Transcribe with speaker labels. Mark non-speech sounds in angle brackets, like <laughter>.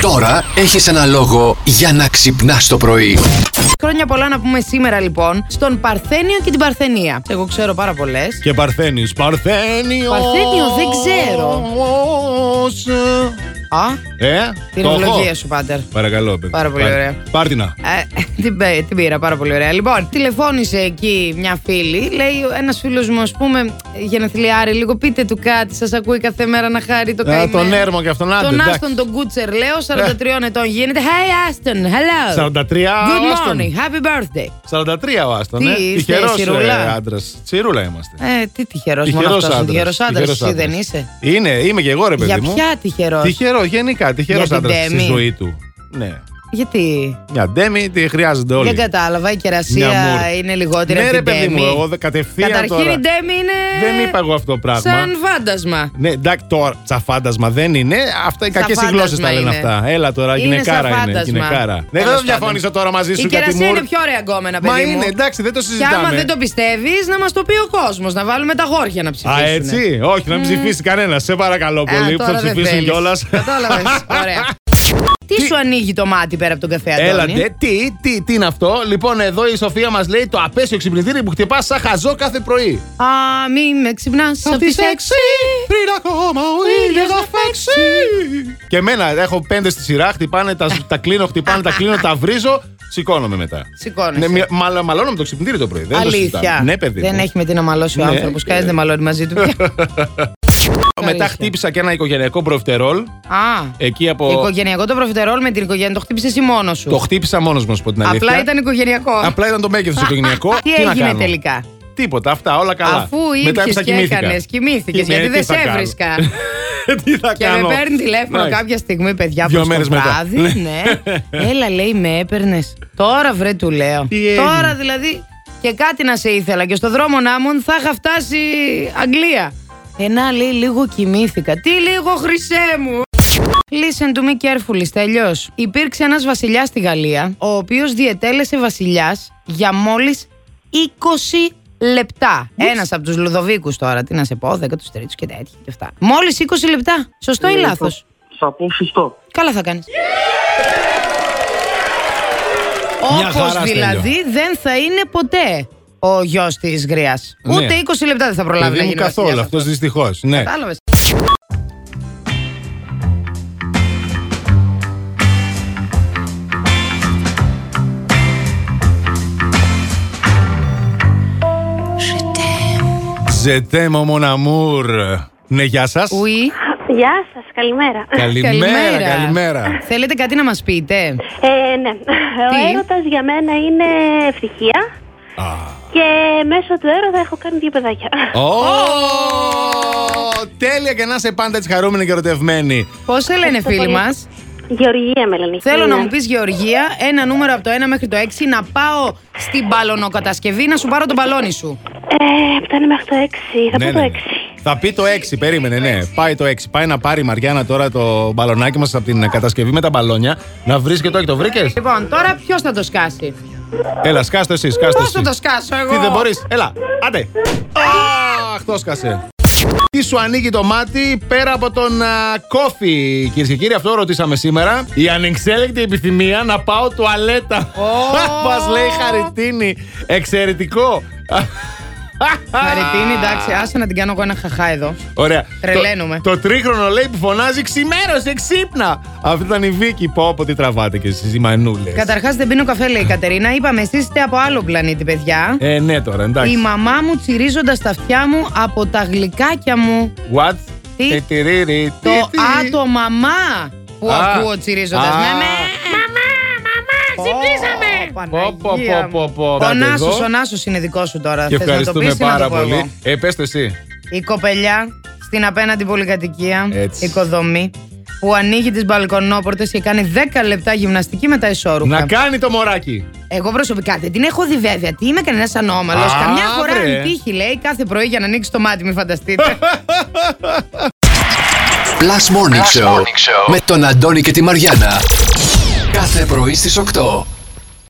Speaker 1: Τώρα έχεις ένα λόγο για να ξυπνάς το πρωί.
Speaker 2: Χρόνια πολλά να πούμε σήμερα λοιπόν στον Παρθένιο και την Παρθενία. Εγώ ξέρω πάρα πολλές.
Speaker 3: Και Παρθένιος. Παρθένιος!
Speaker 2: Παρθένιο, δεν ξέρω. Α,
Speaker 3: Ε,
Speaker 2: την
Speaker 3: το έχω.
Speaker 2: ευλογία σου, Πάτερ.
Speaker 3: Παρακαλώ, παιδί.
Speaker 2: Πάρα πολύ
Speaker 3: Πάρ-
Speaker 2: ωραία.
Speaker 3: Πάρτινα.
Speaker 2: Ε, την, πέ- την πήρα πάρα πολύ ωραία. Λοιπόν, τηλεφώνησε εκεί μια φίλη. Λέει ένας φίλος μου, ας πούμε, γενεθλιάρη, λίγο πείτε του κάτι. Σας ακούει κάθε μέρα να χάρει το καημένο.
Speaker 3: Ε, τον έρμο και αυτόν, άντε,
Speaker 2: Τον
Speaker 3: εντάξει. Ε.
Speaker 2: Άστον τον Κούτσερ, λέω, 43 ετών γίνεται. Hey, Άστον, hello.
Speaker 3: 43
Speaker 2: Good
Speaker 3: ο Άστον.
Speaker 2: morning, happy birthday.
Speaker 3: 43 ο Άστον.
Speaker 2: Τι
Speaker 3: ε.
Speaker 2: είστε,
Speaker 3: Τυχερός,
Speaker 2: σιρούλα?
Speaker 3: ε, άντρας. Τσιρούλα είμαστε.
Speaker 2: Ε, τι τυχερός μόνο
Speaker 3: Τυχερός
Speaker 2: αυτός.
Speaker 3: άντρας.
Speaker 2: Τυχερός άντρας, εσύ δεν είσαι.
Speaker 3: Είναι, είμαι και εγώ ρε παιδί
Speaker 2: Για
Speaker 3: μου.
Speaker 2: ποια τυχερός.
Speaker 3: Τυχερός, γενικά. Τυχερός
Speaker 2: Για την
Speaker 3: άντρα στη
Speaker 2: Ντέμι.
Speaker 3: ζωή του. Ναι.
Speaker 2: Γιατί.
Speaker 3: Μια ντέμι τη χρειάζονται όλοι.
Speaker 2: Δεν κατάλαβα, η
Speaker 3: Μια
Speaker 2: κερασία
Speaker 3: μουρ.
Speaker 2: είναι λιγότερη
Speaker 3: Ναι,
Speaker 2: από
Speaker 3: ρε
Speaker 2: την
Speaker 3: παιδί μου,
Speaker 2: Demi.
Speaker 3: εγώ δε- κατευθείαν
Speaker 2: Καταρχήν
Speaker 3: τώρα.
Speaker 2: η Ντέμι είναι.
Speaker 3: Δεν είπα εγώ αυτό το πράγμα.
Speaker 2: Σαν φάντασμα.
Speaker 3: Ναι, εντάξει, τώρα τσαφάντασμα δεν είναι. Αυτά οι
Speaker 2: Σαν
Speaker 3: κακέ
Speaker 2: φάντασμα
Speaker 3: γλώσσες τα λένε
Speaker 2: είναι.
Speaker 3: αυτά. Έλα τώρα,
Speaker 2: Είναι σαν
Speaker 3: γυναικάρα είναι.
Speaker 2: φάντασμα.
Speaker 3: Γυναικάρα. Ναι,
Speaker 2: Τέλος
Speaker 3: δεν
Speaker 2: πάντων.
Speaker 3: διαφωνήσω τώρα μαζί σου
Speaker 2: Η
Speaker 3: για τη
Speaker 2: κερασία
Speaker 3: Μουρ.
Speaker 2: είναι πιο ωραία γκόμενα, παιδί
Speaker 3: Μα
Speaker 2: μου.
Speaker 3: είναι, εντάξει, δεν το
Speaker 2: Και άμα
Speaker 3: συζητάμε.
Speaker 2: δεν το πιστεύεις, να μας το πει ο κόσμος. Να βάλουμε τα γόρια να Ε, ψηφίσουν.
Speaker 3: Α, έτσι. Όχι, να μην ψηφίσει κανένας. Σε παρακαλώ πολύ που θα ψηφίσουν κιόλας.
Speaker 2: Κατάλαβες.
Speaker 3: <laughs>
Speaker 2: Ωραία. Τι σου ανοίγει το μάτι πέρα από τον καφέ, Αντώνη.
Speaker 3: Έλατε, τι, τι, τι είναι αυτό. Λοιπόν, εδώ η Σοφία μας λέει το απέσιο ξυπνητήρι που χτυπάς σαν χαζό κάθε πρωί.
Speaker 2: Α, μη με ξυπνάς από τι 6.
Speaker 3: πριν ακόμα ο ήλιος να φέξει. Και εμένα έχω πέντε στη σειρά, χτυπάνε, τα, τα κλείνω, χτυπάνε, τα κλείνω, τα βρίζω, σηκώνομαι μετά.
Speaker 2: Σηκώνεσαι.
Speaker 3: Ναι, μυα- μαλα- μαλώνω με το ξυπνητήρι το πρωί. Δεν το
Speaker 2: Αλήθεια.
Speaker 3: συζητάμε. Ναι, παιδί.
Speaker 2: Δεν
Speaker 3: μου.
Speaker 2: έχει με τι να μαλώσει ο
Speaker 3: Ναι.
Speaker 2: άνθρωπος. Κανείς δεν μαλώνει μαζί του.
Speaker 3: <laughs>
Speaker 2: πια.
Speaker 3: Μετά
Speaker 2: Αλήθεια.
Speaker 3: χτύπησα και ένα οικογενειακό προφτερόλ.
Speaker 2: Α.
Speaker 3: Εκεί από.
Speaker 2: Οικογενειακό το προφιτερόλ με την οικογένεια. Το χτύπησε εσύ μόνος σου.
Speaker 3: Το χτύπησα μόνος μα, πω την αλήθεια.
Speaker 2: Απλά ήταν οικογενειακό.
Speaker 3: Απλά ήταν το μέγεθος οικογενειακό.
Speaker 2: Τι
Speaker 3: να
Speaker 2: έγινε
Speaker 3: κάνω.
Speaker 2: τελικά.
Speaker 3: Τίποτα, αυτά, όλα καλά.
Speaker 2: Αφού
Speaker 3: Μετά
Speaker 2: ήπιες
Speaker 3: έψα,
Speaker 2: και
Speaker 3: κοιμήθηκα.
Speaker 2: έκανες, κοιμήθηκες,
Speaker 3: Κοιμήθηκα,
Speaker 2: γιατί δεν
Speaker 3: τι θα
Speaker 2: σε
Speaker 3: κάνω.
Speaker 2: έβρισκα.
Speaker 3: <laughs> Τι θα
Speaker 2: Και
Speaker 3: κάνω.
Speaker 2: με παίρνει τηλέφωνο
Speaker 3: Εντάξει.
Speaker 2: κάποια στιγμή, παιδιά,
Speaker 3: Δυο
Speaker 2: προς το
Speaker 3: μέρες μετά.
Speaker 2: βράδυ.
Speaker 3: Ναι.
Speaker 2: Ναι. Έλα, λέει, με έπαιρνες. Τώρα βρε, του λέω.
Speaker 3: Τι έγινε.
Speaker 2: Τώρα δηλαδή και κάτι να σε ήθελα. Και στο δρόμο να ήμουν θα είχα φτάσει Αγγλία. Ενά, λέει, λίγο κοιμήθηκα. Τι λίγο, χρυσέ μου. Listen to me carefully, τέλειω. Υπήρξε ένας βασιλιάς στη Γαλλία, ο οποίος διετέλεσε βασιλιάς για μόλις 20 λεπτά. Ένας από τους Λουδοβίκους τώρα, τι να σε πω, 13 και τέτοια και αυτά. Μόλις 20 λεπτά. Σωστό ή λάθο.
Speaker 4: Ε, Θα πω σωστό.
Speaker 2: Καλά θα κάνεις.
Speaker 3: Μια
Speaker 2: Όπω
Speaker 3: χαρά,
Speaker 2: δηλαδή δεν θα είναι ποτέ ο γιος της Γρία.
Speaker 3: Ναι.
Speaker 2: Ούτε 20 λεπτά δεν θα προλάβει
Speaker 3: Παιδί
Speaker 2: να
Speaker 3: μου
Speaker 2: γίνει.
Speaker 3: καθόλου
Speaker 2: βασιλιάς
Speaker 3: αυτό δυστυχώς. Ναι.
Speaker 2: Κατάλαβες.
Speaker 3: Ζετέ μου μοναμούρ. Ναι, γεια σας.
Speaker 2: Ουι.
Speaker 5: Γεια σας, καλημέρα.
Speaker 3: Καλημέρα, καλημέρα.
Speaker 2: Θέλετε κάτι να μας πείτε.
Speaker 5: Ε, ναι.
Speaker 2: Τι?
Speaker 5: Ο έρωτας για μένα είναι ευτυχία. Και μέσω του έρωτα έχω κάνει δύο παιδάκια.
Speaker 3: Ω, Τέλεια και να είσαι πάντα έτσι χαρούμενη και ερωτευμένη.
Speaker 2: Πώς σε λένε φίλοι
Speaker 5: πολύ.
Speaker 2: μας.
Speaker 5: Γεωργία με λένε.
Speaker 2: Θέλω να
Speaker 5: Ναι.
Speaker 2: μου πεις Γεωργία ένα νούμερο από το 1 μέχρι το 6 να πάω στην μπαλονοκατασκευή να σου πάρω τον μπαλόνι σου.
Speaker 5: Ε, από το ένα μέχρι το 6. Θα
Speaker 2: Ναι,
Speaker 5: πω το 6.
Speaker 3: Ναι, Θα πει το 6, περίμενε, ναι. Πάει το 6. Πάει να πάρει η Μαριάννα τώρα το μπαλονάκι μας από την κατασκευή με τα μπαλόνια. Να βρεις και το 6, το βρήκες.
Speaker 2: Λοιπόν, τώρα ποιος θα το σκάσει.
Speaker 3: Έλα, σκάστο εσύ, σκάστο.
Speaker 2: Πώς
Speaker 3: εσύ.
Speaker 2: θα το σκάσω εγώ.
Speaker 3: Τι δεν μπορείς, έλα, άντε. Αχ, το σκάσε. Τι σου ανοίγει το μάτι πέρα από τον α, κόφι, κυρίες και κύριοι, αυτό ρωτήσαμε σήμερα. Η ανεξέλεκτη επιθυμία να πάω τουαλέτα. <laughs>
Speaker 2: Ω.
Speaker 3: Μας λέει χαριτίνη. Εξαιρετικό.
Speaker 2: Χαριτίνη, εντάξει, άσε να την κάνω εγώ ένα χαχά εδώ.
Speaker 3: Ωραία.
Speaker 2: Τρελαίνομαι.
Speaker 3: Το, το τρίχρονο λέει που φωνάζει ξημέρωσε, ξύπνα. Αυτή ήταν η Βίκη. Πω, πω τι τραβάτε και εσείς οι μανούλες.
Speaker 2: Καταρχάς δεν πίνω καφέ, λέει η Κατερίνα. Είπαμε, εσείς είστε από άλλο πλανήτη, παιδιά.
Speaker 3: Ε, ναι τώρα, εντάξει.
Speaker 2: Η μαμά μου τσιρίζοντας τα αυτιά μου από τα γλυκάκια μου.
Speaker 3: What?
Speaker 2: Τι?
Speaker 3: Τιτιρίρι,
Speaker 2: Το
Speaker 3: τι, τι.
Speaker 2: άτομο μαμά που
Speaker 3: Α.
Speaker 2: ακούω τσιρίζοντας.
Speaker 3: Α.
Speaker 2: Ναι, ναι. Ξυπνήσαμε!
Speaker 3: Πω, πω, πω, πω, πω.
Speaker 2: Ο
Speaker 3: Πάτε
Speaker 2: Νάσος,
Speaker 3: εδώ.
Speaker 2: ο Νάσος είναι δικός σου τώρα.
Speaker 3: Και
Speaker 2: Θες να το
Speaker 3: ευχαριστούμε
Speaker 2: πεις ή να
Speaker 3: πάρα
Speaker 2: το πω εγώ?
Speaker 3: πολύ. Ε, πες το εσύ.
Speaker 2: Η κοπελιά στην απέναντι πολυκατοικία,
Speaker 3: Έτσι.
Speaker 2: οικοδομή, που ανοίγει τις μπαλκονόπορτες και κάνει 10 λεπτά γυμναστική με τα ισόρουχα.
Speaker 3: Να κάνει το μωράκι.
Speaker 2: Εγώ προσωπικά δεν την έχω δει βέβαια. Τι είμαι κανένας ανώμαλος.
Speaker 3: Α,
Speaker 2: Καμιά φορά
Speaker 3: βρε.
Speaker 2: αν τύχει, λέει, κάθε πρωί για να ανοίξει το μάτι, μην
Speaker 3: <laughs>
Speaker 2: φανταστείτε.
Speaker 1: Plus Morning, Show, με τον Αντώνη και τη Μαριάνα. Κάθε πρωί στις 8.